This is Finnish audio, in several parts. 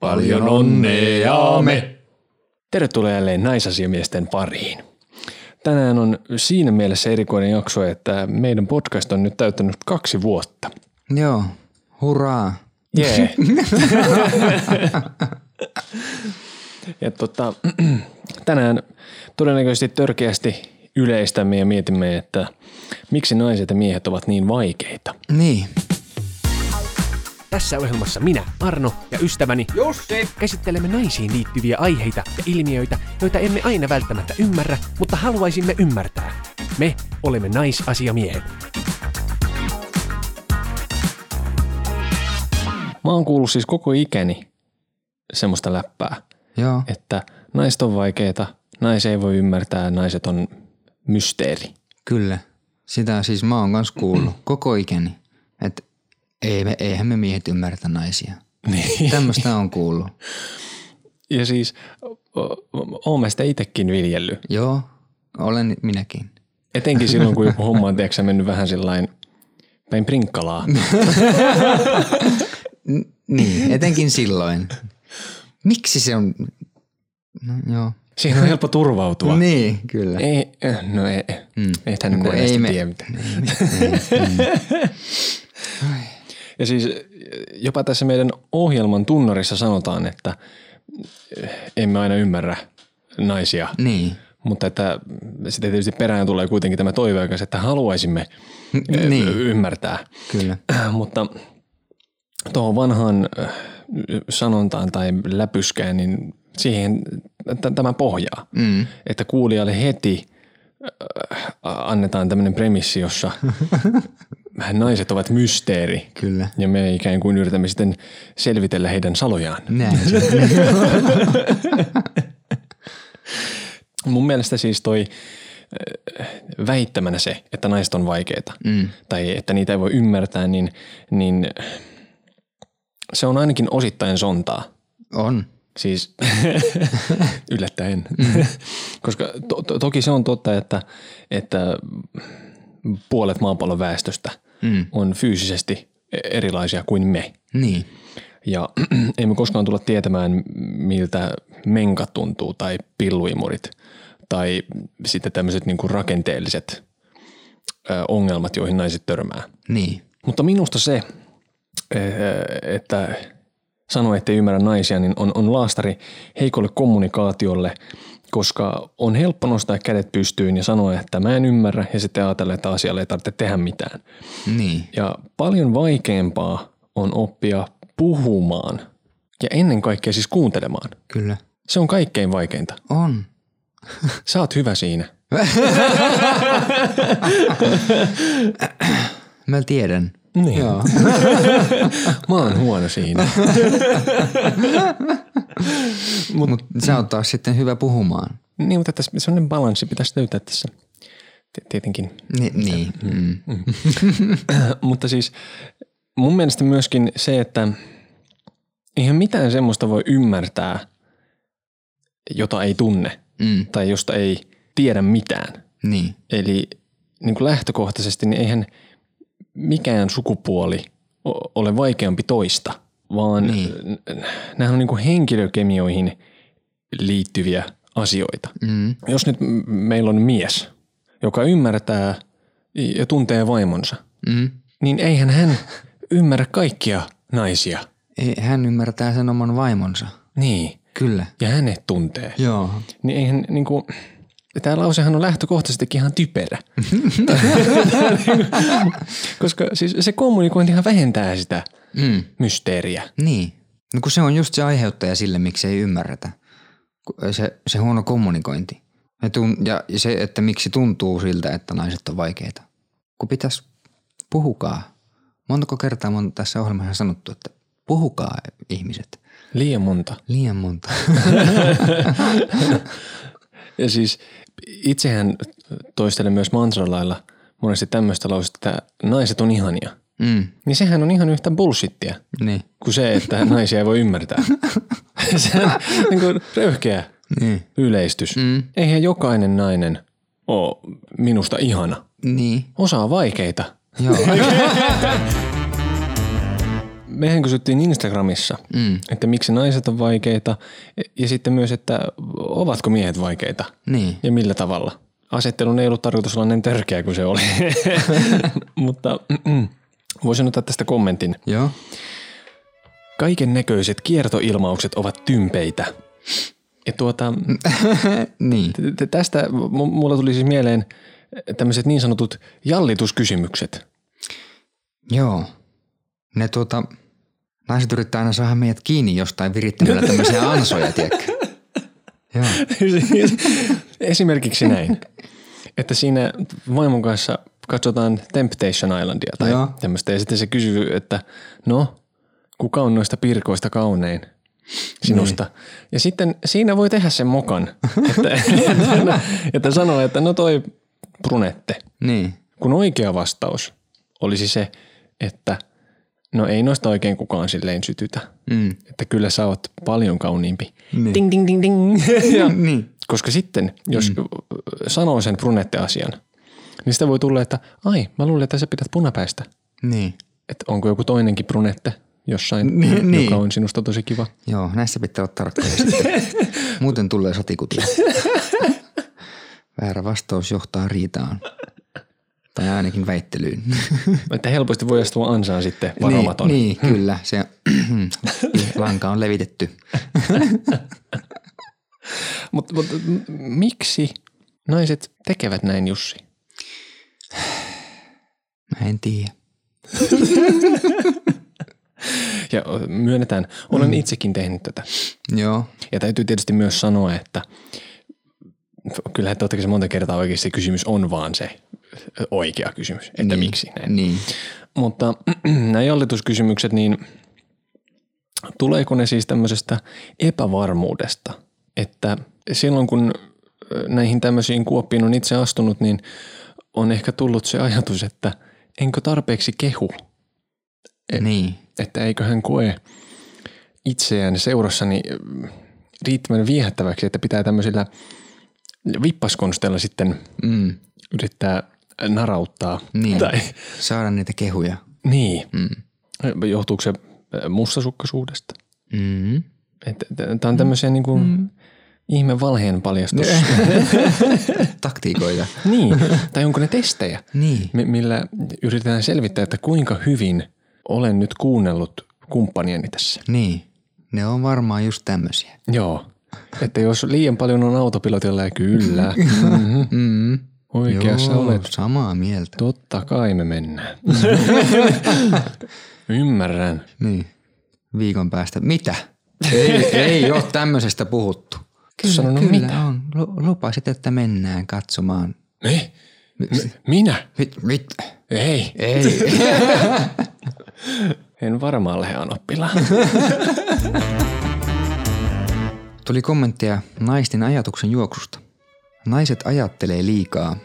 Paljon onnea me! Tervetuloa jälleen naisasiamiesten pariin. Tänään on siinä mielessä erikoinen jakso, että meidän podcast on nyt täyttänyt kaksi vuotta. Joo, hurraa. Jee. ja tota, tänään todennäköisesti törkeästi yleistämme ja mietimme, että miksi naiset ja miehet ovat niin vaikeita. Niin, Tässä ohjelmassa minä, Arno ja ystäväni Jussi käsittelemme naisiin liittyviä aiheita ja ilmiöitä, joita emme aina välttämättä ymmärrä, mutta haluaisimme ymmärtää. Me olemme naisasiamiehet. Mä oon kuullut siis koko ikäni semmoista läppää, joo. että naiset on vaikeita, nais ei voi ymmärtää, naiset on mysteeri. Kyllä. Sitä siis mä oon kans kuullut koko ikäni. Että ei me, eihän me miehet ymmärtä naisia. Niin. Tämmöstä on kuullut. Ja siis o- o- oon mä sitä itsekin viljellyt. Joo, olen minäkin. Etenkin silloin, kun joku homma on tiedätkö, sä, mennyt vähän sillain päin prinkkalaa. Niin, etenkin silloin. Miksi se on... No, joo. Siihen on helppo turvautua. Niin, kyllä. Ei, eh, no ei, mm. ei tänne Kun no, ei ei me- Niin. tiedä mitään. ja siis eh, jopa tässä meidän ohjelman tunnarissa sanotaan, että eh, emme aina ymmärrä naisia, mm. Niin. mutta että sitten tietysti perään tulee kuitenkin tämä toiveikas, että haluaisimme eh, Niin. ymmärtää. Kyllä. Äh, Mutta tuohon vanhaan äh, sanontaan tai läpyskään, niin siihen t- tämä pohjaa. Mm. Että kuulijalle heti äh, annetaan tämmöinen premissi, jossa naiset ovat mysteeri. Kyllä. Ja me ikään kuin yritämme sitten selvitellä heidän salojaan. Näin. se. Mun mielestä siis toi äh, väittämänä se, että naiset on vaikeita mm. tai että niitä ei voi ymmärtää, niin, niin se on ainakin osittain sontaa. On. Siis yllättäen. Koska to, to, toki se on totta, että, että puolet maapallon väestöstä mm. on fyysisesti e- erilaisia kuin me. Niin. Ja emme koskaan tulla tietämään, miltä menkat tuntuu tai pilluimurit tai sitten tämmöiset niinku rakenteelliset ö, ongelmat, joihin naiset törmää. Niin. Mutta minusta se, eh, että sanoa, että ei ymmärrä naisia, niin on, on laastari heikolle kommunikaatiolle, koska on helppo nostaa kädet pystyyn ja sanoa, että mä en ymmärrä ja sitten ajatella, että asialle ei tarvitse tehdä mitään. Niin. Ja paljon vaikeampaa on oppia puhumaan ja ennen kaikkea siis kuuntelemaan. Kyllä. Se on kaikkein vaikeinta. On. Sä oot hyvä siinä. Mä tiedän. Niin. Joo. Mä oon huono siinä. Mutta sä oot taas sitten hyvä puhumaan. Niin, mutta tässä sellainen balanssi pitäisi löytää tässä T- tietenkin. Ni- niin. Mm. Mutta siis mun mielestä myöskin se, että eihän mitään semmoista voi ymmärtää, jota ei tunne Mm. tai josta ei tiedä mitään. Niin. Eli niin kuin lähtökohtaisesti niin eihän mikään sukupuoli o- ole vaikeampi toista, vaan niin. Niin. nämä on niin kuin henkilökemioihin liittyviä asioita. Mm. Jos nyt m- meillä on mies, joka ymmärtää ja tuntee vaimonsa, Mm. niin eihän hän ymmärrä kaikkia naisia. Ei, hän ymmärtää sen oman vaimonsa. Niin, Kyllä. ja hänet tuntee. Joo. Niin eihän niin kuin, tämä lausehan on lähtökohtaisestikin ihan typerä. Koska siis se kommunikointihan vähentää sitä Mm. mysteeriä. Niin. No kun se on just se aiheuttaja sille, miksi ei ymmärretä. Ku- Se, se huono kommunikointi. Ja, tun, ja ja se, että miksi tuntuu siltä, että naiset on vaikeita. Kun pitäisi puhukaa. Montako kertaa on tässä ohjelmassa sanottu, että puhukaa ihmiset. Liian monta. Liian monta. Ja siis itsehän toistelen myös mantralailla monesti tämmöistä lausetta, että naiset on ihania. Mm. Niin sehän on ihan yhtä bullshittia Niin. kuin se, että naisia ei voi ymmärtää. se on niin kuin röyhkeä Niin. yleistys. Mm. Eihän jokainen nainen ole minusta ihana. Niin. Osa on vaikeita. Joo. mehän kysyttiin Instagramissa, mm. että miksi naiset on vaikeita ja sitten myös, että ovatko miehet vaikeita Niin. ja millä tavalla. Asettelun ei ollut tarkoitus olla niin törkeä kuin se oli, mutta mm, voisin ottaa tästä kommentin. Joo. Kaiken näköiset kiertoilmaukset ovat tympeitä. Ja tuota, Niin. t- t- tästä mu- mulla tuli siis mieleen tämmöiset niin sanotut jallituskysymykset. Joo. Ne tuota, naiset yrittää aina saada meidät kiinni jostain virittämällä tämmöisiä ansoja, tiedätkö? Joo. Esimerkiksi näin, että siinä vaimon kanssa katsotaan Temptation Islandia tai Joo. tämmöistä. Ja sitten se kysyy, että no, kuka on noista pirkoista kaunein sinusta? Ja sitten siinä voi tehdä sen mokan, että, että, että sanoo, että no toi brunette. Niin. Kun oikea vastaus olisi se, että no ei noista oikein kukaan silleen sytytä. Mm. Että kyllä sä oot paljon kauniimpi. Niin. Ding, ding, ding, ding. ja, niin. Koska sitten, jos mm. sanoo sen brunette-asian, niin sitä voi tulla, että ai, mä luulin, että sä pidät punapäistä. Niin. Että onko joku toinenkin brunette jossain, Niin, niin. joka on sinusta tosi kiva. Joo, näissä pitää olla tarkkoja sitten. Muuten tulee satikutia. Väärä vastaus johtaa riitaan. Tai ainakin väittelyyn. Että helposti voi astua ansaan sitten varomaton. Niin, Niin, niin kyllä. Se lanka on levitetty. niin. Mutta mut, m- miksi naiset tekevät näin, Jussi? Mä en tiedä. Ja ö, myönnetään, olen mm. itsekin tehnyt tätä. Joo. Ja täytyy tietysti myös sanoa, että kyllähän totta kai se monta kertaa oikeasti kysymys on vaan se ö, oikea kysymys, että niin. miksi näin. Niin. Mutta nämä jallituskysymykset, niin tuleeko ne siis tämmöisestä epävarmuudesta, että silloin kun ö, näihin tämmöisiin kuoppiin on itse astunut, niin on ehkä tullut se ajatus, että enkö tarpeeksi kehu, Niin. että eikö hän koe itseään seurassani mm, riittävän viehättäväksi, että pitää tämmöisillä vippaskonsteilla sitten Mm. yrittää narauttaa. Niin. Tai, Saada niitä kehuja. niin. Mm. Johtuuko se äh, ö, mustasukkaisuudesta? Mm. Tämä on tämmöisiä niin kuin mm. ihme valheen paljastus. Taktiikoita. niin. Tai onko ne testejä, Niin. mi- millä yritetään selvittää, että kuinka hyvin olen nyt kuunnellut kumppanieni tässä. Niin. Ne on varmaan just tämmöisiä. Joo. Että jos liian paljon on autopilotilla ja kyllä, mm-hmm. Mm. oikeassa Joo, olet. Samaa mieltä. Totta kai me mennään. Ymmärrän. Niin. Viikon päästä. Mitä? Ei, ei ole tämmöisestä puhuttu. Kyllä, sanonut kyllä mitä? on. Lu- lupasit, että mennään katsomaan. Me? M- minä? Mit, mit? Ei. Ei. En varmaan lähde anoppilaan. Tuli kommentteja naisten ajatuksen juoksusta. Naiset ajattelee liikaa,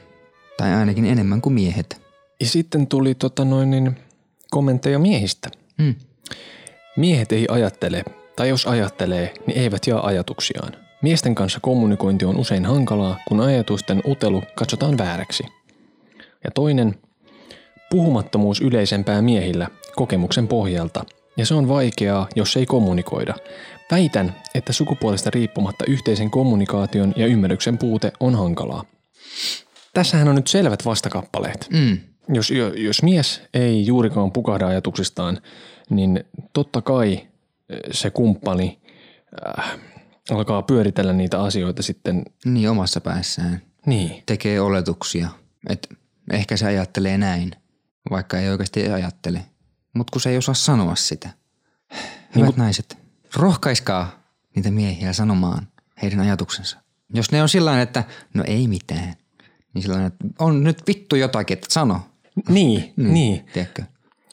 tai ainakin enemmän kuin miehet. Ja sitten tuli tota noin, niin, kommentteja miehistä. Mm. Miehet ei ajattele, tai jos ajattelee, niin eivät jaa ajatuksiaan. Miesten kanssa kommunikointi on usein hankalaa, kun ajatusten utelu katsotaan vääräksi. Ja toinen, puhumattomuus yleisempää miehillä kokemuksen pohjalta, ja se on vaikeaa, jos ei kommunikoida. Väitän, että sukupuolesta riippumatta yhteisen kommunikaation ja ymmärryksen puute on hankalaa. Tässähän on nyt selvät vastakappaleet. Mm. Jos, jo- jos mies ei juurikaan pukahda ajatuksistaan, niin totta kai eh, se kumppani äh, alkaa pyöritellä niitä asioita sitten. Niin omassa päässään. Niin, Tekee oletuksia, että ehkä se ajattelee näin, vaikka ei oikeasti ajattele. Mutta kun se ei osaa sanoa sitä. Hyvät niin naiset, rohkaiskaa niitä miehiä sanomaan heidän ajatuksensa. Jos ne on sillä että no ei mitään, niin sillä että on nyt vittu jotakin, että sano. niin, niin. Tiedätkö?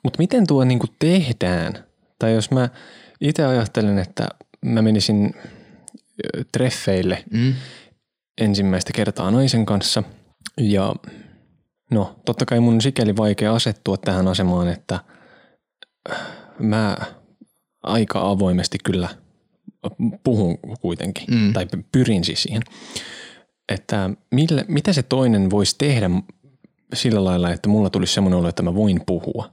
Mutta miten tuo niinku tehdään? Tai jos mä itse ajattelen, että mä menisin ö, treffeille Mm. ensimmäistä kertaa naisen kanssa ja no totta kai mun on sikäli vaikea asettua tähän asemaan, että äh, mä aika avoimesti kyllä puhun kuitenkin mm. tai pyrin siis siihen, että millä, mitä se toinen voisi tehdä sillä lailla, että mulla tulisi semmoinen olo, että mä voin puhua.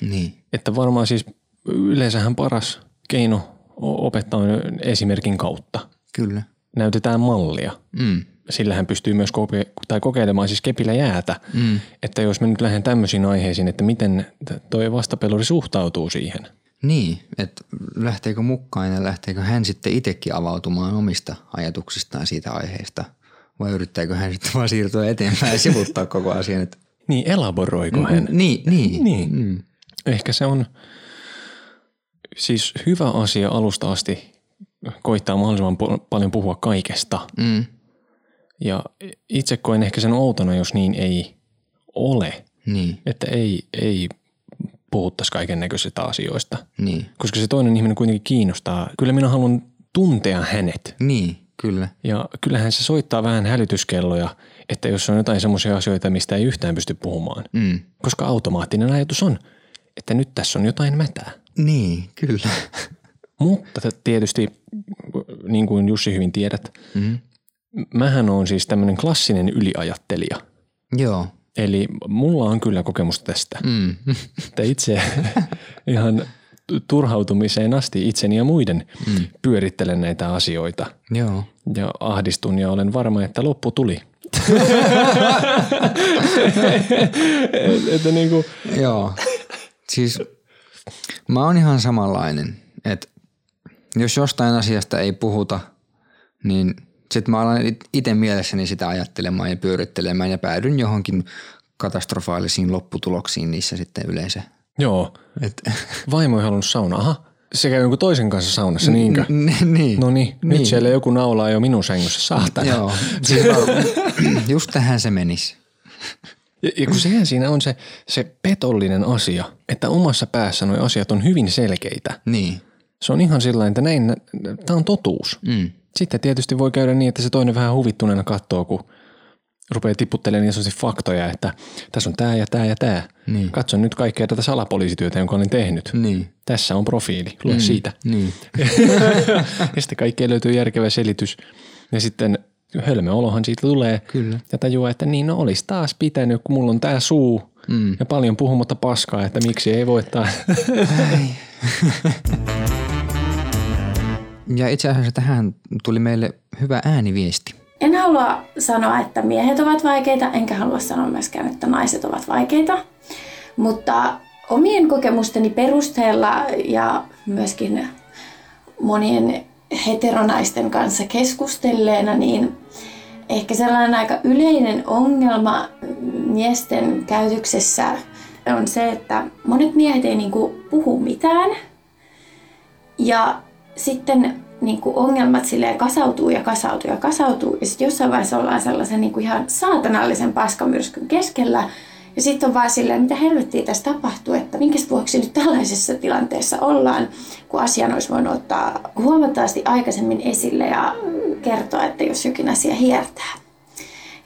Niin. Että varmaan siis yleensähän paras keino o- opettaa on esimerkin kautta. Kyllä. Näytetään mallia. Mm. Sillähän pystyy myös koke- tai kokeilemaan siis kepillä jäätä. Mm. Että jos me nyt lähden tämmöisiin aiheisiin, että miten t- toi vastapeluri suhtautuu siihen. Niin, että lähteekö mukaan ja lähteekö hän sitten itsekin avautumaan omista ajatuksistaan siitä aiheesta vai yrittääkö hän sitten vaan siirtyä eteenpäin ja sivuttaa koko asian. Että, Niin elaboroiko hän? niin, niin, Niin. Mm. Ehkä se on siis hyvä asia alusta asti koittaa mahdollisimman po- paljon puhua kaikesta. Mm. Ja itse koen ehkä sen outona, jos niin ei ole. niin, Että ei, ei puhuttaisi kaiken näköisistä asioista. niin, Koska se toinen ihminen kuitenkin kiinnostaa. Kyllä minä haluan tuntea hänet. niin, kyllä. Ja kyllähän se soittaa vähän hälytyskelloja, että jos on jotain semmoisia asioita, mistä ei yhtään pysty puhumaan. Mm. Koska automaattinen ajatus on, että nyt tässä on jotain mätää. Niin, kyllä. Mutta t- tietysti, niin kuin Jussi hyvin tiedät, mm-hmm. mähän on siis tämmöinen klassinen yliajattelija. Joo. Eli mulla on kyllä kokemus tästä. Mm. Että itse ihan turhautumiseen asti itseni ja muiden mm. pyörittelen näitä asioita. Joo. Ja ahdistun ja olen varma, että loppu tuli. Et- että niin kuin, Joo. Siis mä oon ihan samanlainen, että jos jostain asiasta ei puhuta, niin sit mä alan itse mielessäni sitä ajattelemaan ja pyörittelemään ja päädyn johonkin katastrofaalisiin lopputuloksiin niissä sitten yleensä. joo, Et, vaimo ei halunnut saunaa. Aha, se käy jonkun toisen kanssa saunassa, niinkö? niin, niin. No niin, nyt siellä joku naulaa jo minun sängyssä, saatana. Joo. Siis mä- just tähän se menisi. Ja, ja kun sehän siinä on se, se petollinen asia, että omassa päässä nuo asiat on hyvin selkeitä. Niin. Se on ihan sillä että näin, tämä on totuus. Mm. Sitten tietysti voi käydä niin, että se toinen vähän huvittuneena katsoo, kun rupeaa tiputtelemaan niin sellaisia faktoja, että tässä on tämä ja tämä ja tämä. Niin. Katson nyt kaikkea tätä salapoliisityötä, jonka olen tehnyt. Niin. Tässä on profiili, lue mm. siitä. Niin. ja sitten kaikkeen löytyy järkevä selitys. Ja sitten hölmöolohan siitä tulee. Kyllä. Ja tajuaa, että niin no olisi taas pitänyt, kun mulla on tää suu mm. ja paljon puhumatta paskaa, että miksi ei voi taas. Ja itse asiassa tähän tuli meille hyvä ääniviesti. En halua sanoa, että miehet ovat vaikeita, enkä halua sanoa myöskään, että naiset ovat vaikeita. Mutta omien kokemusteni perusteella ja myöskin monien heteronaisten kanssa keskustelleena, niin ehkä sellainen aika yleinen ongelma miesten käytöksessä on se, että monet miehet ei niinku puhu mitään ja sitten niin kuin ongelmat silleen kasautuu ja kasautuu ja kasautuu. Ja sitten jossain vaiheessa ollaan sellaisen niin kuin ihan saatanallisen paskamyrskyn keskellä. Ja sitten on vaan silleen, mitä helvettiä tässä tapahtuu, että minkä vuoksi nyt tällaisessa tilanteessa ollaan, kun asian olisi voinut ottaa huomattavasti aikaisemmin esille ja kertoa, että jos jokin asia hiertää.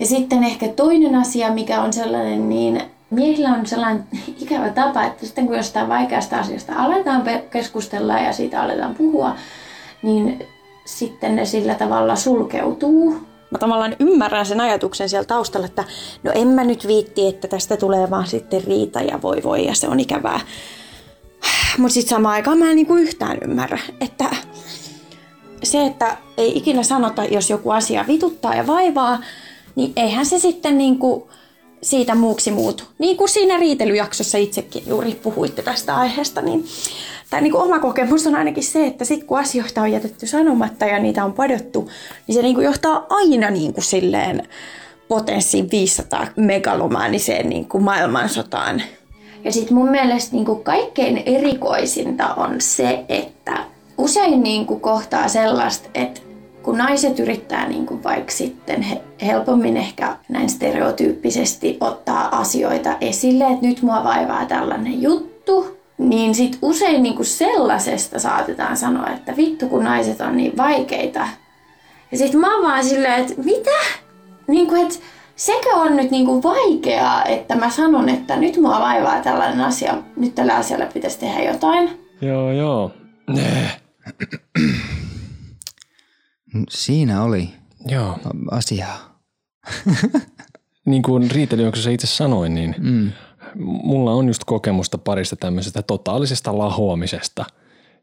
Ja sitten ehkä toinen asia, mikä on sellainen, niin miehillä on sellainen ikävä tapa, että sitten kun jostain vaikeasta asiasta aletaan pe- keskustella ja siitä aletaan puhua, niin sitten ne sillä tavalla sulkeutuu. Mä tavallaan ymmärrän sen ajatuksen siellä taustalla, että no en mä nyt viitti, että tästä tulee vaan sitten riita ja voi voi ja se on ikävää. Mutta sitten samaan aikaan mä en niinku yhtään ymmärrä, että se, että ei ikinä sanota, jos joku asia vituttaa ja vaivaa, niin eihän se sitten niinku siitä muuksi muutu. Niin kuin siinä riitelyjaksossa itsekin juuri puhuitte tästä aiheesta, niin tämä niinku oma kokemus on ainakin se, että sit kun asioita on jätetty sanomatta ja niitä on padottu, niin se niinku johtaa aina niinku silleen potenssiin 500 megalomaaniseen niinku maailmansotaan. Ja sitten mun mielestä niin kuin kaikkein erikoisinta on se, että usein niin kuin kohtaa sellaista, että kun naiset yrittää niin kuin vaikka sitten he- helpommin ehkä näin stereotyyppisesti ottaa asioita esille, että nyt mua vaivaa tällainen juttu, niin sit usein niin kuin sellaisesta saatetaan sanoa, että vittu kun naiset on niin vaikeita. Ja sit mä oon vaan silleen, että mitä? niin kuin, että sekö on nyt niin kuin vaikeaa, että mä sanon, että nyt mua vaivaa tällainen asia, nyt tällä asialla pitäisi tehdä jotain. joo, joo. Siinä oli Joo. asiaa. Niin kuin riitelyjaksossa itse sanoin, niin mm. mulla on just kokemusta parista tämmöisestä totaalisesta lahoamisesta.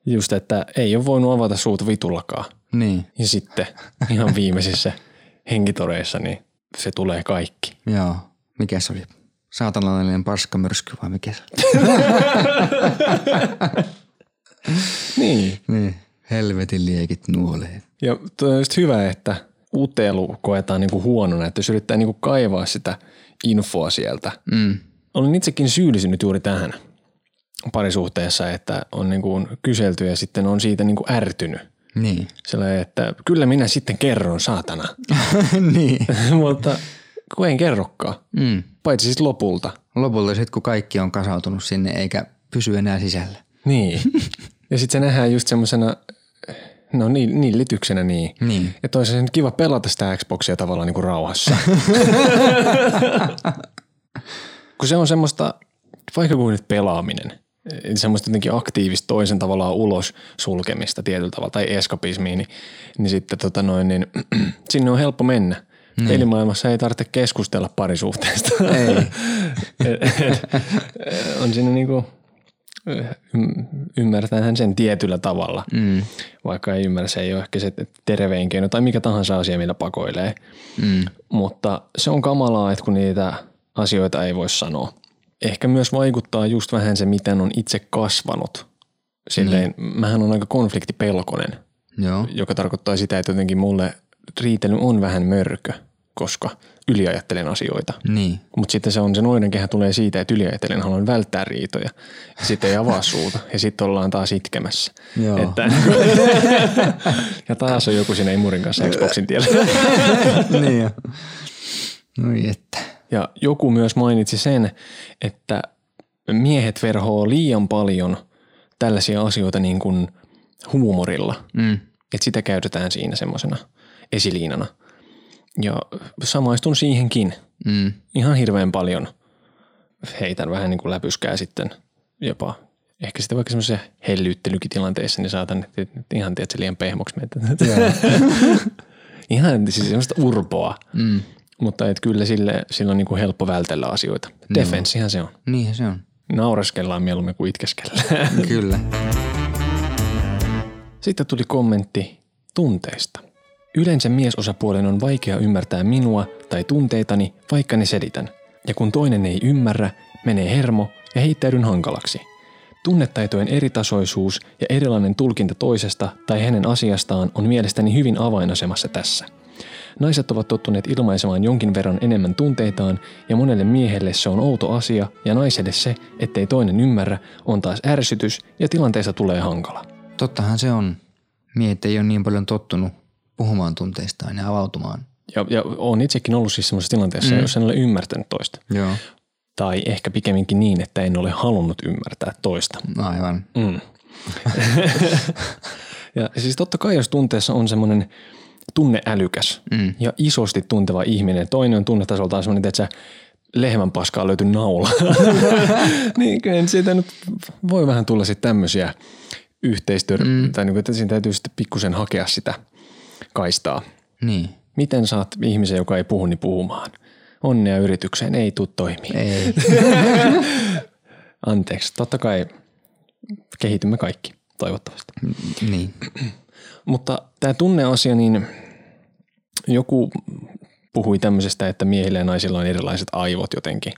Just, että ei ole voinut avata suuta vitullakaan. Niin, Ja sitten ihan viimeisissä henkitoreissa, niin se tulee kaikki. joo. Mikä se oli? Saatanallinen paskamyrsky vai mikä se oli? Niin. niin, helvetin liekit nuoleen. Ja tuo on just hyvä, että utelu koetaan niinku huonona, että jos yrittää niinku kaivaa sitä infoa sieltä. Mm. Olen itsekin syyllistynyt juuri tähän parisuhteessa, että on niinku kyselty ja sitten on siitä niinku ärtynyt. Niin. Sellainen, että kyllä minä sitten kerron, saatana. niin. Mutta kun en kerrokaan, Mm. paitsi siis lopulta. Lopulta sitten kun kaikki on kasautunut sinne eikä pysy enää sisällä. Niin. Ja sitten se nähdään just semmoisena, no niin, niillityksenä niin. Niin. Ja toisaalta nyt kiva pelata sitä Xboxia tavallaan niin kuin rauhassa. kun se on semmoista, vaikka kuin nyt pelaaminen, eli semmoista jotenkin aktiivista toisen tavallaan ulos sulkemista tietyllä tavalla tai eskapismiin, niin, niin sitten tota noin, niin, sinne on helppo mennä. Niin. Pelimaailmassa ei tarvitse keskustella parisuhteesta. Ei. on siinä niinku, y- ymmärtäähän sen tietyllä tavalla, mm. vaikka ei ymmärrä, se ei ole ehkä se tervein keino tai mikä tahansa asia, millä pakoilee. Mm. Mutta se on kamalaa, että kun niitä asioita ei voi sanoa. Ehkä myös vaikuttaa just vähän se, miten on itse kasvanut. Silleen, mm. mähän on aika konfliktipelkonen, Joo. joka tarkoittaa sitä, että jotenkin mulle riitely on vähän mörkö, koska yliajattelen asioita. Niin. Mutta sitten se on se noidenkehä tulee siitä, että yliajatellen haluan välttää riitoja. Ja sitten ei avaa suuta ja sitten ollaan taas itkemässä. Joo. Että, ja taas on joku siinä imurin kanssa Xboxin tiellä. niin jo. Noi että. Ja joku myös mainitsi sen, että miehet verhoo liian paljon tällaisia asioita niin kuin huumorilla. Mm. Että sitä käytetään siinä semmoisena esiliinana. Ja samaistun siihenkin. Mm. ihan hirveän paljon heitän vähän niin kuin läpyskää sitten jopa. Ehkä sitten vaikka semmoisessa hellyyttelykin tilanteessa, niin saatan että ihan tietysti liian pehmoksi meitä. ihan siis semmoista urpoa. Mm. Mutta et kyllä sille, sillä on niin kuin helppo vältellä asioita. Defenssihän se on. Niinhän se on. Naureskellaan mieluummin kuin itkeskellään. Kyllä. Sitten tuli kommentti tunteista. Yleensä miesosapuolen on vaikea ymmärtää minua tai tunteitani, vaikka ne selitän. Ja kun toinen ei ymmärrä, menee hermo ja heittäydyn hankalaksi. Tunnetaitojen eritasoisuus ja erilainen tulkinta toisesta tai hänen asiastaan on mielestäni hyvin avainasemassa tässä. Naiset ovat tottuneet ilmaisemaan jonkin verran enemmän tunteitaan ja monelle miehelle se on outo asia ja naiselle se, ettei toinen ymmärrä, on taas ärsytys ja tilanteesta tulee hankala. Tottahan se on. Miehet ei ole niin paljon tottunut puhumaan tunteistaan ja avautumaan. Ja, ja olen itsekin ollut siis sellaisessa tilanteessa, mm. jossa en ole ymmärtänyt toista. Joo. Tai ehkä pikemminkin niin, että en ole halunnut ymmärtää toista. Aivan. Mm. ja siis totta kai, jos tunteessa on semmoinen tunneälykäs mm. ja isosti tunteva ihminen, toinen on tunnetasoltaan semmoinen, että sä lehmän paskaa löytyy naula. niin kyllä siitä nyt voi vähän tulla sitten tämmöisiä yhteistyötä, mm. tai niin, että siinä täytyy sitten pikkusen hakea sitä kaistaa. Niin. Miten saat ihmisen, joka ei puhu, niin puhumaan? Onnea yritykseen, ei tuu toimii. Ei. Anteeksi, totta kai kehitymme kaikki, toivottavasti. niin. Mutta tämä tunneasia, niin joku puhui tämmöisestä, että miehillä ja naisilla on erilaiset aivot jotenkin.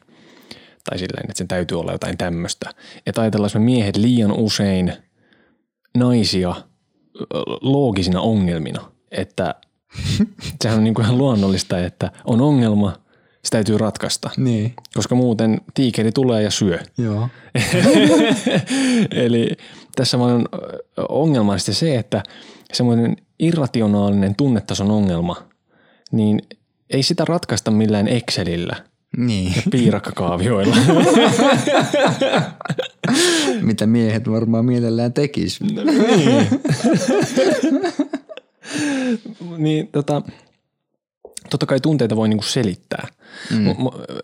Tai silleen, että sen täytyy olla jotain tämmöistä. Että ajatellaan me miehet liian usein naisia ö, loogisina ongelmina. Että sehän on niin kuin ihan luonnollista, että on ongelma, se täytyy ratkaista. Niin. Koska muuten tiikeri tulee ja syö. Joo. Eli tässä vaan on ö, ongelmallisesti se, että semmoinen irrationaalinen tunnetason ongelma, niin ei sitä ratkaista millään Excelillä, Niin. piirakkakaavioilla. Mitä miehet varmaan mielellään tekis. No. niin tota, totta kai tunteita voi niinku selittää mm.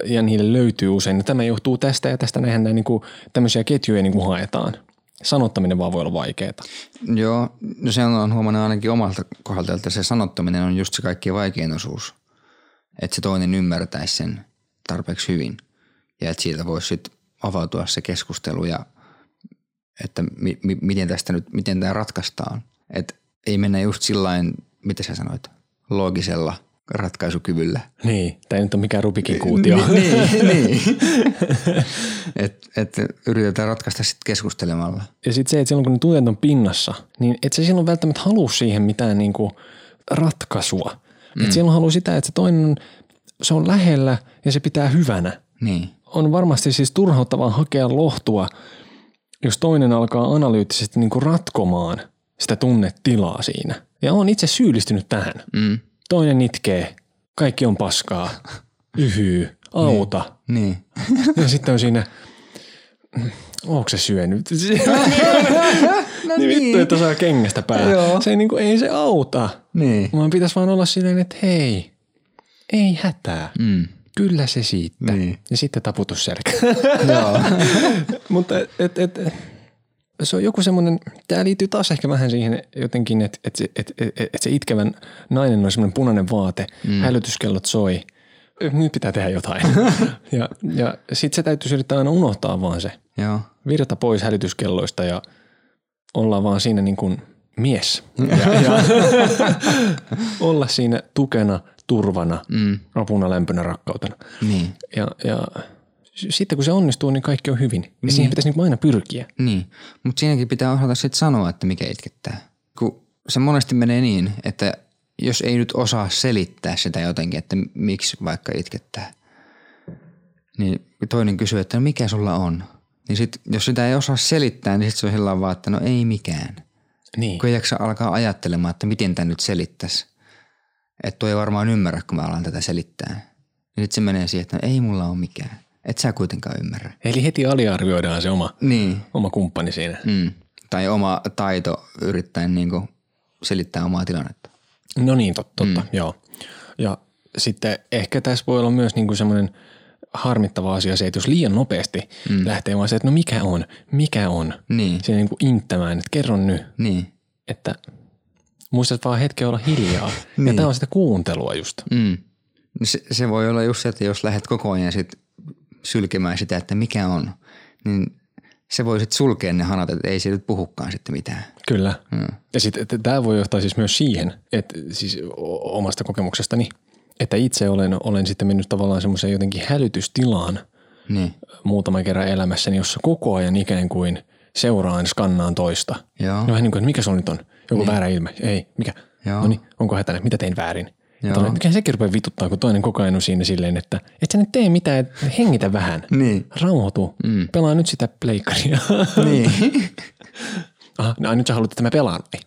ja niille löytyy usein. No, Tämä johtuu tästä ja tästä, näinhän nämä niinku, tämmöisiä ketjuja niinku haetaan. Sanottaminen vaan voi olla vaikeaa. Joo, no se on huomannut ainakin omalta kohdalta, että se sanottaminen on just se kaikkein vaikein osuus. Että se toinen ymmärtäisi sen tarpeeksi hyvin. Ja että siitä voisi sitten avautua se keskustelu ja että mi, mi, miten tästä nyt, miten tämä ratkaistaan. Että ei mennä just sillain, mitä sä sanoit, loogisella ratkaisukyvyllä. Niin, tämä ei nyt ole mikään Rubikin kuutio. niin, niin. että et yritetään ratkaista sitten keskustelemalla. Ja sitten se, että silloin kun ne tunteet on pinnassa, niin et sä silloin välttämättä halua siihen mitään niinku ratkaisua. Mm. Et silloin haluaa sitä, että se toinen on- se on lähellä ja se pitää hyvänä. Niin. On varmasti siis turhauttavaa hakea lohtua, jos toinen alkaa analyyttisesti niinku ratkomaan sitä tunnetilaa siinä. Ja on itse syyllistynyt tähän. Mm. Toinen itkee, kaikki on paskaa, yhyy, auta. Niin. Ja sitten on siinä, onko se syönyt? No niin vittu, että saa kengästä päähän. Joo. Se ei, niinku, ei se auta, Niin. vaan pitäisi vaan olla silleen, että hei, ei hätää. Mm. Kyllä se siitä. Niin. Ja sitten taputus selkään. Joo. Mutta et, et, se on joku semmoinen, tämä liittyy taas ehkä vähän siihen jotenkin, että et, se- et, et, et se itkevän nainen on semmoinen punainen vaate, mm. hälytyskellot soi, nyt pitää tehdä jotain. ja ja sitten se täytyy yrittää aina unohtaa vaan se. Joo. Virta pois hälytyskelloista ja ollaan vaan siinä niin kuin mies. Ja, ja olla siinä tukena, turvana, Mm. apuna, lämpönä, rakkautena. Niin. Ja, ja s- sitten kun se onnistuu, niin kaikki on hyvin. Ja mm. siihen pitäisi niinku aina pyrkiä. Niin, mutta siinäkin pitää osata sitten sanoa, että mikä itkettää. Kun se monesti menee niin, että jos ei nyt osaa selittää sitä jotenkin, että m- miksi vaikka itkettää, niin toinen kysyy, että no mikä sulla on? Niin sit, jos sitä ei osaa selittää, niin sitten se on sillä lailla vaan, että no ei mikään. Niin. Kun ei jaksa alkaa ajattelemaan, että miten tämä nyt selittäisi. Että tuo ei varmaan ymmärrä, kun mä alan tätä selittää. Niin sitten se menee siihen, että no ei mulla ole mikään. Et sä kuitenkaan ymmärrä. Eli heti aliarvioidaan se oma, Niin. oma kumppani siinä. Mm. Tai oma taito yrittää niin kuin selittää omaa tilannetta. No niin, totta, totta mm. joo. Ja sitten ehkä tässä voi olla myös niinku semmoinen harmittava asia se, että jos liian nopeasti mm. lähtee vaan se, että no mikä on, mikä on. Niin, Siinä niinku inttämään, että kerron nyt, niin. että muistat vaan hetken olla hiljaa. niin. Ja tämä on sitä kuuntelua just. Mm. Se, se voi olla just se, että jos lähdet koko ajan sit sylkemään sitä, että mikä on, niin se voi sitten sulkea ne hanat, että ei se nyt puhukaan sitten mitään. Kyllä. Mm. Ja sitten tämä voi johtaa siis myös siihen, että siis o- omasta kokemuksestani, että itse olen, olen sitten mennyt tavallaan semmoiseen jotenkin hälytystilaan Niin, muutaman kerran elämässäni, jossa koko ajan ikään kuin seuraan, skannaan toista. joo, No vähän niin kuin, että mikä se on nyt on? Joku niin. väärä ilme. Ei, mikä? Joo. No niin, onko hätänä? Mitä tein väärin? Joo. Toinen, mikä sekin rupeaa vituttaa, kun toinen koko ajan on siinä silleen, että et sä nyt tee mitään, et hengitä vähän. Niin. Rauhoitu. Mm. Pelaa nyt sitä pleikkaria. niin. Aha, no, ai nyt sä haluat, että mä pelaan. Ei.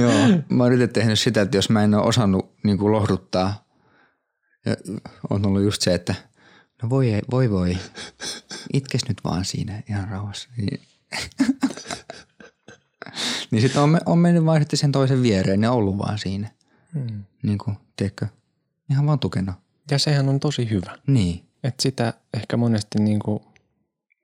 joo. Mä oon itse tehnyt sitä, että jos mä en ole osannut niin kuin lohduttaa, ja on ollut just se, että no voi ei- voi, voi. itkes nyt vaan siinä ihan rauhassa. Niin, niin sitten on, me- on mennyt vaan sitten sen toisen viereen ja ollut vaan siinä. Hmm. Niin kuin, tiedätkö, ihan vaan tukena. Ja sehän on tosi hyvä. Niin. Että sitä ehkä monesti niin kuin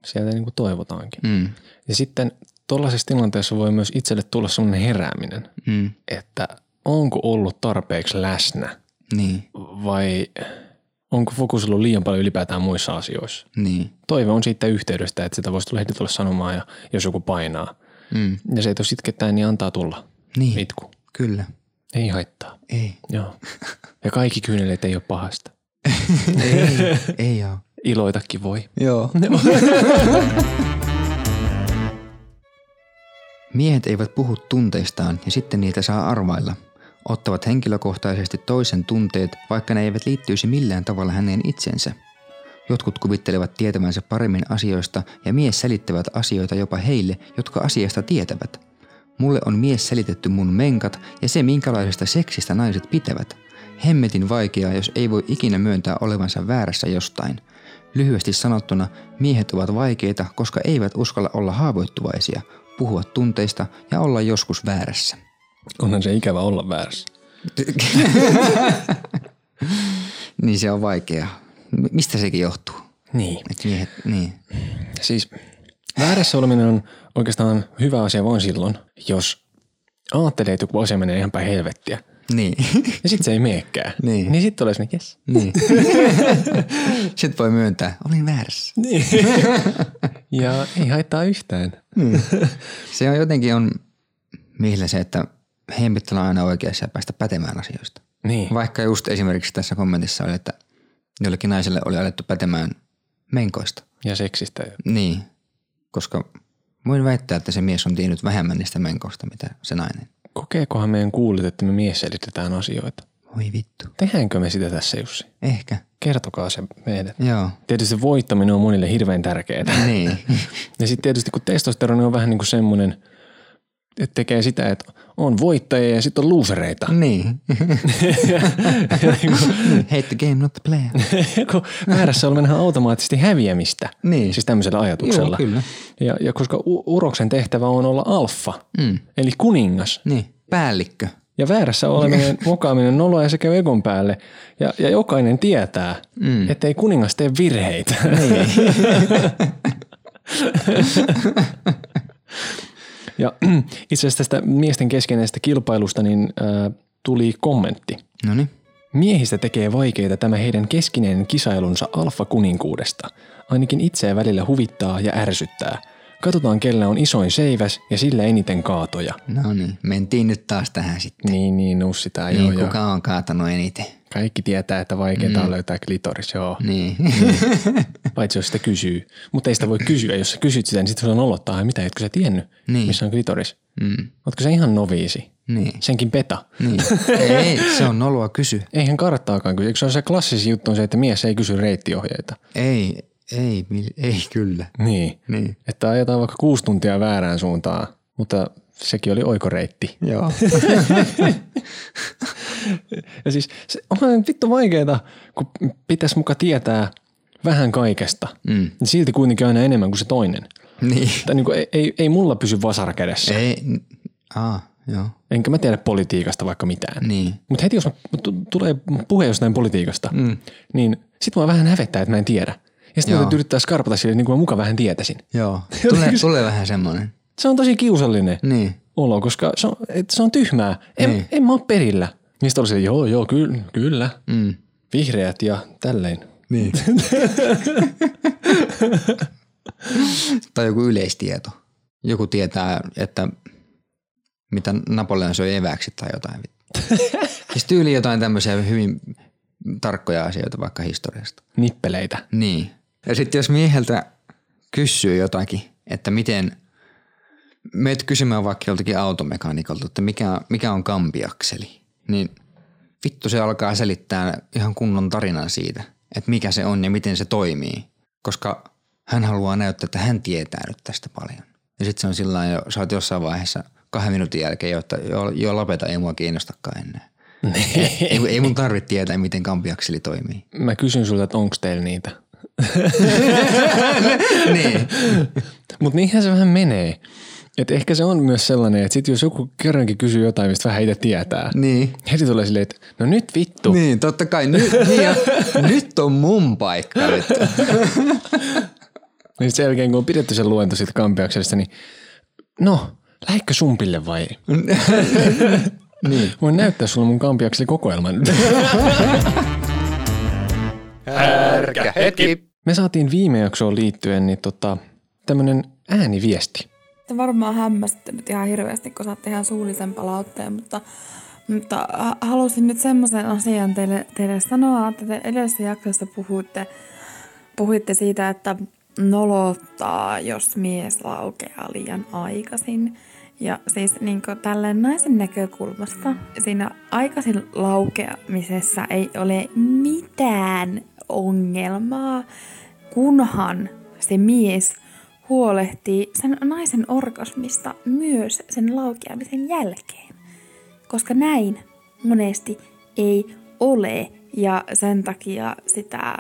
sieltä niin kuin toivotaankin. Mm. Ja sitten tuollaisessa tilanteessa voi myös itselle tulla sellainen herääminen, Mm. että onko ollut tarpeeksi läsnä Niin. vai onko fokus ollut liian paljon ylipäätään muissa asioissa. Niin. Toive on siitä yhteydestä, että sitä voisi tulla heti tulla sanomaan ja jos joku painaa. Mm. Ja se, että jos itketään, niin antaa tulla Niin. itku. Kyllä. Ei haittaa. Ei. Joo. Ja kaikki kyyneleet ei ole pahasta. ei. Ei oo. Iloitakin voi. Joo. Miehet eivät puhu tunteistaan ja sitten niitä saa arvailla. Ottavat henkilökohtaisesti toisen tunteet, vaikka ne eivät liittyisi millään tavalla häneen itsensä. Jotkut kuvittelevat tietävänsä paremmin asioista ja mies selittävät asioita jopa heille, jotka asiasta tietävät. Mulle on mies selitetty mun menkat ja se, minkälaisesta seksistä naiset pitävät. Hemmetin vaikeaa, jos ei voi ikinä myöntää olevansa väärässä jostain. Lyhyesti sanottuna, miehet ovat vaikeita, koska eivät uskalla olla haavoittuvaisia, puhua tunteista ja olla joskus väärässä. Onhan se ikävä olla väärässä. Niin se on vaikeaa. M- Mistä sekin johtuu? Niin. Et miehet, niin. Siis väärässä oleminen on oikeastaan hyvä asia vain silloin, jos ajattelee, että joku asia menee ihan päin helvettiä. Niin. Ja sitten se ei meekään. Niin. Niin sitten olisi niin, jes. niin. Sitten voi myöntää, olin väärässä. Ja ei haittaa yhtään. Se on jotenkin on, millä se, että heidän pitää olla aina oikeassa ja päästä pätemään asioista. Niin. Vaikka just esimerkiksi tässä kommentissa oli, että jollekin naiselle oli alettu pätemään menkoista. Ja seksistä. Niin, koska voin väittää, että se mies on tiennyt vähemmän niistä menkoista, mitä se nainen. Kokeekohan meidän kuulit, että me mies selitetään asioita? Voi vittu. Tehdäänkö me sitä tässä, Jussi? Ehkä. Kertokaa se meille. Joo. Tietysti voittaminen on monille hirveän tärkeää. Niin. Ja sitten tietysti kun testosteroni on vähän niin kuin semmoinen, että tekee sitä, että on voittajia ja sitten on luusereita. niin. Hate the game, not the player. kun väärässä oleminen automaattisesti häviämistä. Niin. Siis tämmöisellä ajatuksella. Joo, kyllä. Ja, ja koska u- uroksen tehtävä on olla alfa, mm. eli kuningas. Niin. Päällikkö. Ja väärässä oleminen, mokaaminen, noloa ja se käy egon päälle. Ja, ja jokainen tietää, mm. ettei kuningas tee virheitä. Niin. ja itse asiassa tästä miesten keskeisestä kilpailusta niin, äh, tuli kommentti. No niin. Miehistä tekee vaikeita tämä heidän keskinen kisailunsa alfakuninkuudesta. Ainakin itseä välillä huvittaa ja ärsyttää. Katsotaan, kellä on isoin seiväs ja sillä eniten kaatoja. No niin. Mentiin nyt taas tähän sitten. Niin, niin, nussi tää, joo, Niin, joo. kuka on kaatanut eniten? Kaikki tietää, että vaikeaa on löytää klitoris, joo. Niin. Paitsi jos sitä kysyy. Mutta ei sitä voi kysyä. Jos sä kysyt sitä, niin sitten sulla on olottaa, "Ai mitä, etkö sä tiennyt, Niin. missä on klitoris? Mm. Ootko sä ihan noviisi? Niin. Senkin peta. niin. Ei, se on noloa kysyä. Eihän karttaakaan kysy. Eikö se ole se klassisin juttu on se, että mies ei kysy reittiohjeita? Ei, ei, mil- ei kyllä. Niin. Niin. Että ajetaan vaikka kuusi tuntia väärään suuntaan, mutta sekin oli oikoreitti. Joo. Ja siis se onhan vittu vaikeeta, kun pitäisi muka tietää vähän kaikesta. Mm. Silti kuitenkin aina enemmän kuin se toinen. niin. Tai niin kuin, ei, ei, ei mulla pysy vasara kädessä. Ei, n- aa, joo. Enkä mä tiedä politiikasta vaikka mitään. Niin. Mutta heti jos mä, t- tulee puhe jostain politiikasta, mm. niin sit mua vähän hävettää, että mä en tiedä. Ja sitten mä Joo. täytyy yrittää skarpata sille, niin kuin mä muka vähän tietäisin. Joo. Tulee, tulee vähän semmoinen. Se on tosi kiusallinen Niin. olo, koska se on, et se on tyhmää. En, niin. en mä ole perillä. Niistä oli se, joo, joo, ky- kyllä. Mm. Vihreät ja tälleen. Niin. tai joku yleistieto. Joku tietää, että mitä Napoleon söi eväksi tai jotain. siis tyyli jotain tämmöisiä hyvin tarkkoja asioita vaikka historiasta. Nippeleitä. Niin. Ja sitten jos mieheltä kysyy jotakin, että miten, meet kysymään vaikka joltakin automekaanikolta, että mikä, mikä on kampiakseli, niin vittu se alkaa selittää ihan kunnon tarinan siitä, että mikä se on ja miten se toimii. Koska hän haluaa näyttää, että hän tietää nyt tästä paljon. Ja sitten se on sillä lailla jo, sä oot jossain vaiheessa kahden minuutin jälkeen, jo, että joo, joo lopeta, ei mua kiinnostakaan enää. ei, ei mun tarvitse tietää, miten kampiakseli toimii. Mä kysyn sulta, että onko teillä niitä. niin. Mutta niinhän se vähän menee. Et ehkä se on myös sellainen, että sit jos joku kerrankin kysyy jotain, mistä vähän itse tietää, Niin. heti tulee silleen, että no nyt vittu. Niin. Niin, totta kai. Nyt, niin ja, nyt on mun paikka. Vittu. Ja Niin sit sen jälkeen, kun on pidetty sen luento siitä kampiakselista, niin no, lähdekö sumpille vai ei? niin. Voin näyttää sulle mun kampiakseli kokoelman. Härkä hetki. Me saatiin viime jaksoon liittyen niin tota, tämmönen ääniviesti. Te varmaan hämmästytte nyt ihan hirveästi, kun saatte ihan suullisen palautteen, mutta, mutta ha- halusin nyt semmoisen asian teille, teille sanoa, että te edellisessä jaksossa puhuitte, puhuitte siitä, että nolottaa, jos mies laukeaa liian aikaisin. Ja siis niin tälleen naisen näkökulmasta siinä aikaisin laukeamisessa ei ole mitään ongelmaa, kunhan se mies huolehtii sen naisen orgasmista myös sen laukeamisen jälkeen. Koska näin monesti ei ole ja sen takia sitä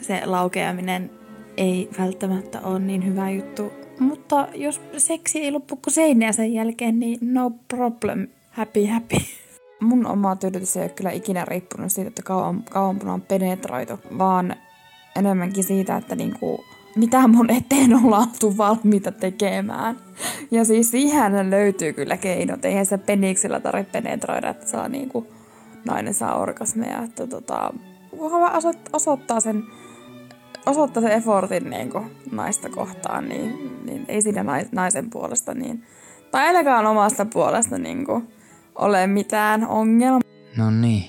se laukeaminen ei välttämättä ole niin hyvä juttu. Mutta jos seksi ei loppu kuin seinää sen jälkeen, niin no problem. Happy, happy. Mun oma tyydytys ei ole kyllä ikinä riippunut siitä, että kauan, kauan mun on penetroitu, vaan enemmänkin siitä, että niinku, mitä mun eteen ollaan oltu valmiita tekemään. Ja siis siihen löytyy kyllä keinot. Eihän se peniksellä tarvitse penetroida, että saa niinku, nainen saa orgasmeja. Että tota, kunhan vaan aset- osoittaa sen, osoittaa sen effortin niinku, naista kohtaan, niin, niin ei siinä nais, naisen puolesta. Niin, tai ainakaan omasta puolesta niinku, ole mitään ongelmaa. No niin.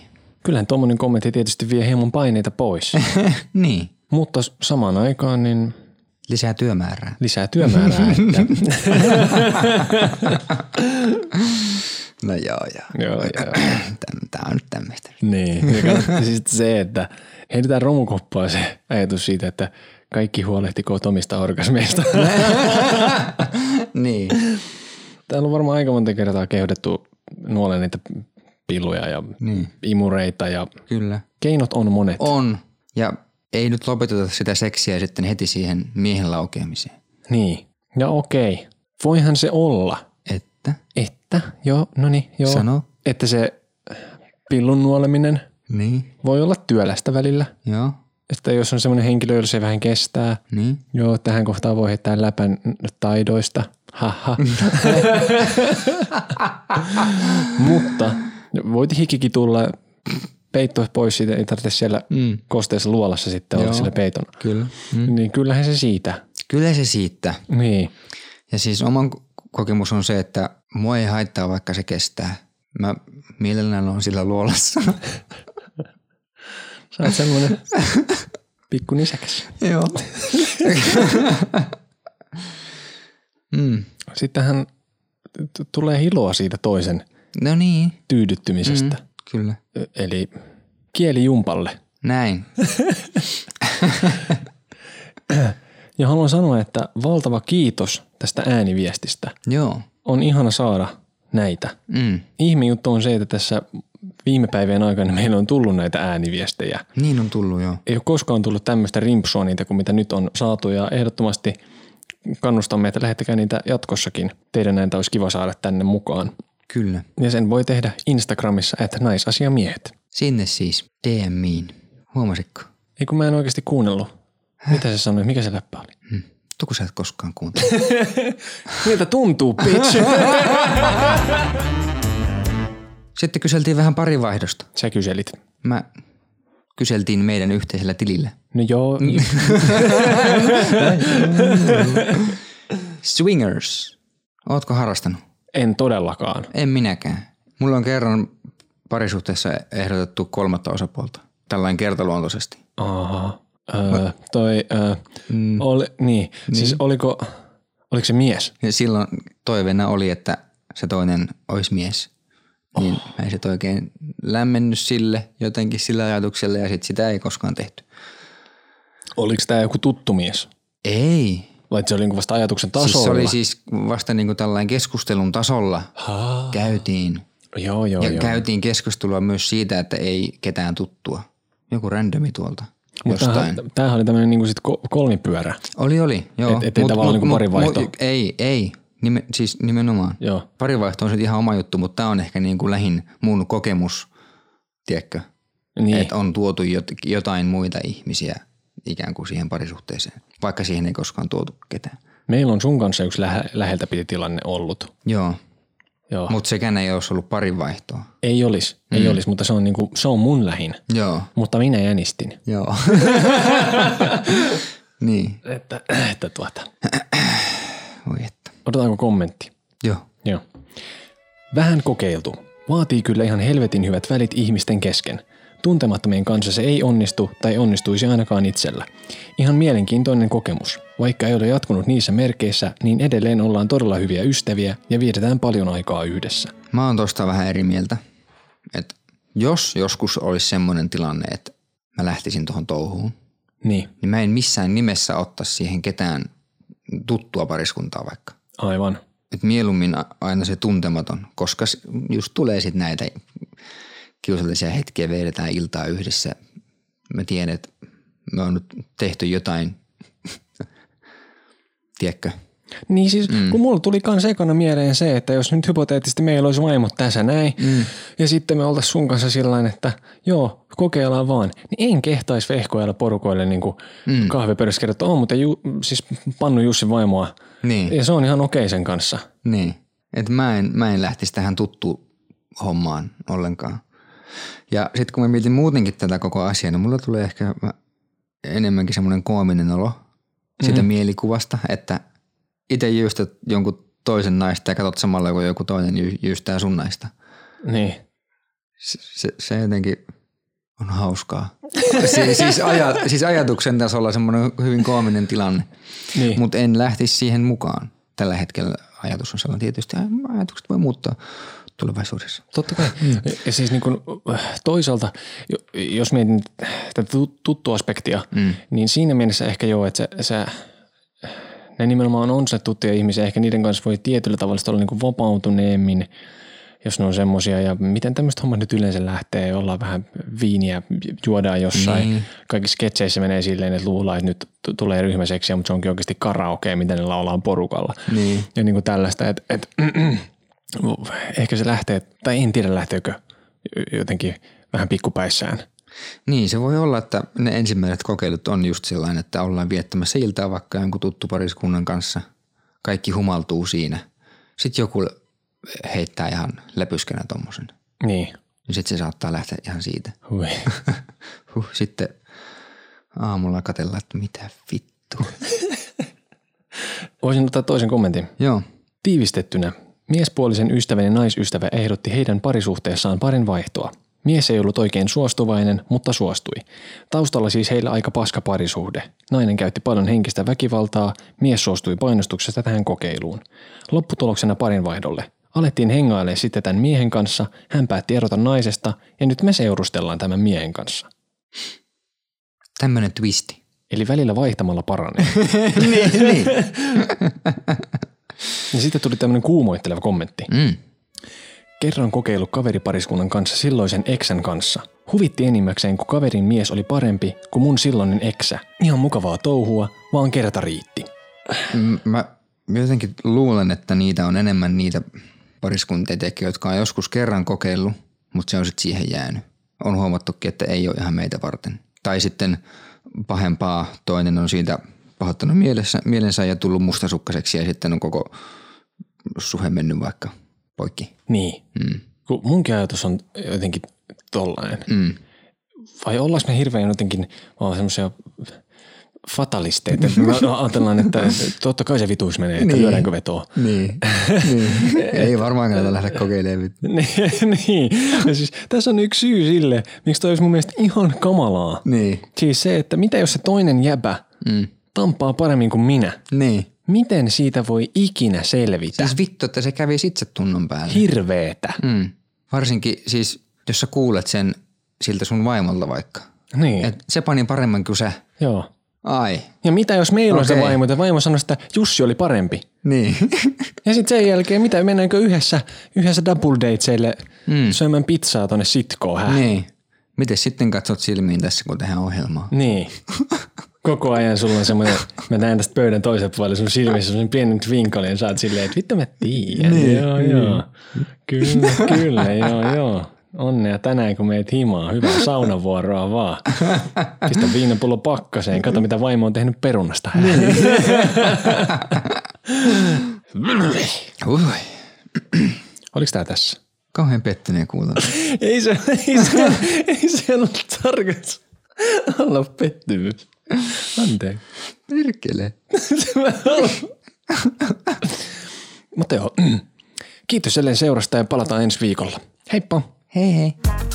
Kyllähän tuommoinen kommentti tietysti vie hieman paineita pois. Niin. Mutta s- samaan aikaan niin Lisää työmäärää. lisää työmäärää. Että, No joo, joo. joo, joo. Täm- Tää on nyt tämmöistä. Niin. Ja kato, siis se, että heitetään romukoppaa se ajatus siitä, että kaikki huolehtikoot omista orgasmeista. niin. Täällä on varmaan aika monta kertaa kehotettu nuoleen niitä piluja ja Niin. imureita ja Kyllä. keinot on monet. On. Ja ei nyt lopeteta sitä seksiä sitten heti siihen miehen laukeamiseen. Niin. Ja okei. Voihan se olla, Että? että, joo, no niin, joo. Sano. Että se pillun nuoleminen Niin. voi olla työlästä välillä. Joo. Että jos on semmoinen henkilö, jolla se vähän kestää, Niin. joo, tähän kohtaan voi heittää läpän taidoista. Haha. Mutta voit hikikin tulla peittoa pois siitä, ei tarvitse siellä mm. kosteessa luolassa sitten olla siellä peitona. Kyllä. Mm. Niin kyllähän se siitä. Kyllä se siitä. Niin. Ja siis oman k- kokemus on se, että mua ei haittaa vaikka se kestää. Mä mielellään on sillä luolassa. Sä oot semmoinen pikku nisäkäs. Joo. mm. Sittenhän t- tulee hiloa siitä toisen No niin. tyydyttymisestä. Mm. Kyllä. Eli kieli jumpalle. Näin. Ja haluan sanoa, että valtava kiitos tästä ääniviestistä. Joo. On ihana saada näitä. Mm. Ihme juttu on se, että tässä viime päivien aikana meillä on tullut näitä ääniviestejä. Niin on tullut joo. Ei ole koskaan tullut tämmöistä rimpsua niitä kuin mitä nyt on saatu ja ehdottomasti kannustamme, että lähettäkää niitä jatkossakin. Teidän näitä olisi kiva saada tänne mukaan. Kyllä. Ja sen voi tehdä Instagramissa, että naisasiamiehet. Sinne siis DMiin. Huomasitko? Ei kun mä en oikeasti kuunnellut. Mitä se sanoi? Mikä se läppä oli? Tuko sä et koskaan kuuntele? Miltä tuntuu, bitch? Sitten kyseltiin vähän parivaihdosta. Sä kyselit. Mä kyseltiin meidän yhteisellä tilillä. No joo, Swingers. Ootko harrastanut? en todellakaan. En minäkään. Mulla on kerran parisuhteessa ehdotettu kolmatta osapuolta. Tällainen kertaluontoisesti. Aha. Öö, toi, öö, mm. oli, niin. niin, siis oliko, oliko se mies? Ja silloin toiveena oli, että se toinen olisi mies. Niin oh. mä en sit oikein lämmennyt sille jotenkin sillä ajatuksella ja sit sitä ei koskaan tehty. Oliko tämä joku tuttu mies? Ei. Vai että se oli niinku vasta ajatuksen tasolla? Siis se oli siis vasta niinku tällainen keskustelun tasolla Haa. käytiin. Joo, joo, Ja joo. käytiin keskustelua myös siitä, että ei ketään tuttua. Joku randomi tuolta Mutta jostain. tämähän- tämähän oli tämmöinen niinku sit ko- kolmipyörä. Oli, oli, joo. Et- et ei tavallaan niinku parinvaihto. ei, ei. Nime, siis nimenomaan. Joo. Parivaihto on sitten ihan oma juttu, mutta tämä on ehkä niin kuin lähin mun kokemus, tiedätkö? Niin. Että on tuotu jot- jotain muita ihmisiä ikään kuin siihen parisuhteeseen, vaikka siihen ei koskaan tuotu ketään. Meillä on sun kanssa yksi lähe- läheltä piti tilanne ollut. Joo, Joo. mutta sekään ei olisi ollut parinvaihtoa. Ei olisi, ei Mm. olisi, mutta se on, niinku, se on mun lähin. Joo, Mutta minä jänistin. joo. niin, Että, että tuota. voi että. Otetaanko kommentti? Joo, Joo. Vähän kokeiltu. Vaatii kyllä ihan helvetin hyvät välit ihmisten kesken. Tuntemattomien kanssa se ei onnistu tai onnistuisi ainakaan itsellä. Ihan mielenkiintoinen kokemus. Vaikka ei ole jatkunut niissä merkeissä, niin edelleen ollaan todella hyviä ystäviä ja vietetään paljon aikaa yhdessä. Mä oon tosta vähän eri mieltä. Et jos joskus olisi semmoinen tilanne, että mä lähtisin tuohon touhuun, Niin, niin mä en missään nimessä ottaisi siihen ketään tuttua pariskuntaa vaikka. aivan. Et mieluummin a- aina se tuntematon, koska s- just tulee sitten näitä kiusallisia hetkiä, vedetään iltaa yhdessä. Mä tiedän, että me on nyt tehty jotain, tiedätkö? Niin siis, mm. kun mulla tuli kans ekana mieleen se, että jos nyt hypoteettisesti meillä olisi vaimot tässä näin, mm. ja sitten me oltaisiin sun kanssa sillä että joo, kokeillaan vaan, niin en kehtaisi niinku vehkoilla porukoille niin mm. kahvipöydässä kertoa, on muuten ju, siis Pannu Jussin vaimoa Niin, Ja se on ihan okei sen kanssa. niin. Et mä en, mä en lähtisi tähän tuttu hommaan ollenkaan. Ja sitten kun mä mietin muutenkin tätä koko asiaa, niin mulla tulee ehkä vä- enemmänkin semmoinen koominen olo siitä mielikuvasta, että itse jyystät jonkun toisen naista ja katsot samalla, kun joku toinen jy- jyystää sun naista. Niin. se, se- se jotenkin on hauskaa. siis, siis, aja, siis ajatuksen tasolla semmoinen hyvin koominen tilanne, Niin. mutta en lähtisi siihen mukaan. Tällä hetkellä ajatus on sellainen tietysti, ää, ajatukset voi muuttaa tulevaisuudessa. Totta kai. Ja siis niin kuin, äh, toisaalta, jo- jos mietin tätä tu- tuttuaspektia, mm. niin siinä mielessä ehkä joo, että se, se, ne nimenomaan on se tuttuja ihmisiä. Ehkä niiden kanssa voi tietyllä tavalla sit olla niin kuin vapautuneemmin, jos ne on semmoisia. Ja miten tämmöistä homma nyt yleensä lähtee, ollaan vähän viiniä, juodaan jossain. Niin. Kaikissa sketseissä menee silleen, että luullaan, että nyt t- tulee ryhmäseksiä, mutta se onkin oikeasti karaoke, mitä ne laulaa porukalla. Niin. Ja niin kuin tällaista, että et, ehkä se lähtee, tai en tiedä lähteekö jotenkin vähän pikkupäissään. Niin, se voi olla, että ne ensimmäiset kokeilut on just sellainen, että ollaan viettämässä iltaa vaikka jonkun tuttupariskunnan kanssa. Kaikki humaltuu siinä. Sitten joku heittää ihan läpyskänä tommosen. Niin. Niin sitten se saattaa lähteä ihan siitä. Hui. Huh, sitten aamulla katsellaan, että mitä vittu. Voisin ottaa toisen kommentin. Joo, Tiivistettynä. Miespuolisen ystävän ja naisystävä ehdotti heidän parisuhteessaan parin vaihtoa. Mies ei ollut oikein suostuvainen, mutta suostui. Taustalla siis heillä aika paska parisuhde. Nainen käytti paljon henkistä väkivaltaa, mies suostui painostuksesta tähän kokeiluun. Lopputuloksena parin vaihdolle. Alettiin hengailee sitten tämän miehen kanssa, hän päätti erota naisesta ja nyt me seurustellaan tämän miehen kanssa. tämmönen twisti. Eli välillä vaihtamalla paranee. niin. Ja sitten tuli tämmöinen kuumoitteleva kommentti. Mm. Kerran kokeillut kaveripariskunnan kanssa silloisen eksän kanssa. Huvitti enimmäkseen, kun kaverin mies oli parempi kuin mun silloinen eksä. Ihan mukavaa touhua, vaan kerta riitti. M- Mä jotenkin luulen, että niitä on enemmän niitä pariskuntia tekijöitä, jotka on joskus kerran kokeillut, mutta se on sitten siihen jäänyt. On huomattukin, että ei ole ihan meitä varten. Tai sitten pahempaa, toinen on siitä pahoittanut mielessä, mielensä ja tullut mustasukkaseksi ja sitten on koko suhe mennyt vaikka poikki. Niin. Mm. Kun munkin ajatus on jotenkin tollainen. Mm. Vai ollaanko me hirveän jotenkin vaan semmoisia fatalisteita. että Me ajatellaan, että totta kai se vituus menee, että niin. lyödäänkö vetoa. Niin. niin. ei varmaan kannata lähteä kokeilemaan. niin. Ja siis, tässä on yksi syy sille, miksi toi olisi mun mielestä ihan kamalaa. Niin. Siis se, että mitä jos se toinen jäbä mm. tampaa paremmin kuin minä? Niin. Miten siitä voi ikinä selvitä? Siis vittu, että se kävi itse tunnon päälle. Hirveetä. Mm. Varsinkin siis, jos sä kuulet sen siltä sun vaimolta vaikka. Niin, Et, Et se pani paremmin kuin sä. joo. Ai. Ja mitä jos meillä on se Okei. vaimo, että vaimo sanoi, että Jussi oli parempi. Niin. Ja sitten sen jälkeen, mitä, mennäänkö yhdessä, yhdessä double dateille mm. syömään pizzaa tonne sitkoon häh? niin. Miten sitten katsot silmiin tässä, kun tehdään ohjelmaa? Niin. Koko ajan sulla on semmoinen, mä näen tästä pöydän toisen puolella sun silmissä semmoisen pienen twinkle, ja sä oot silleen, että vittu mä tiedän. Niin, joo, niin. joo. Kyllä, kyllä, joo, joo. Onnea tänään, kun meet himaa. Hyvää saunavuoroa vaan. Pistä viinapullo pakkaseen. Kato, mitä vaimo on tehnyt perunasta. Niin. Ui, Oliko tää tässä? kauhean pettyneen kuulla. Ei se, ei se, ei se ollut tarkoitus olla pettymys. Anteeksi. Perkele. mm. Mutta joo, kiitos jälleen seurasta ja palataan ensi viikolla. Heippa! Hei hei.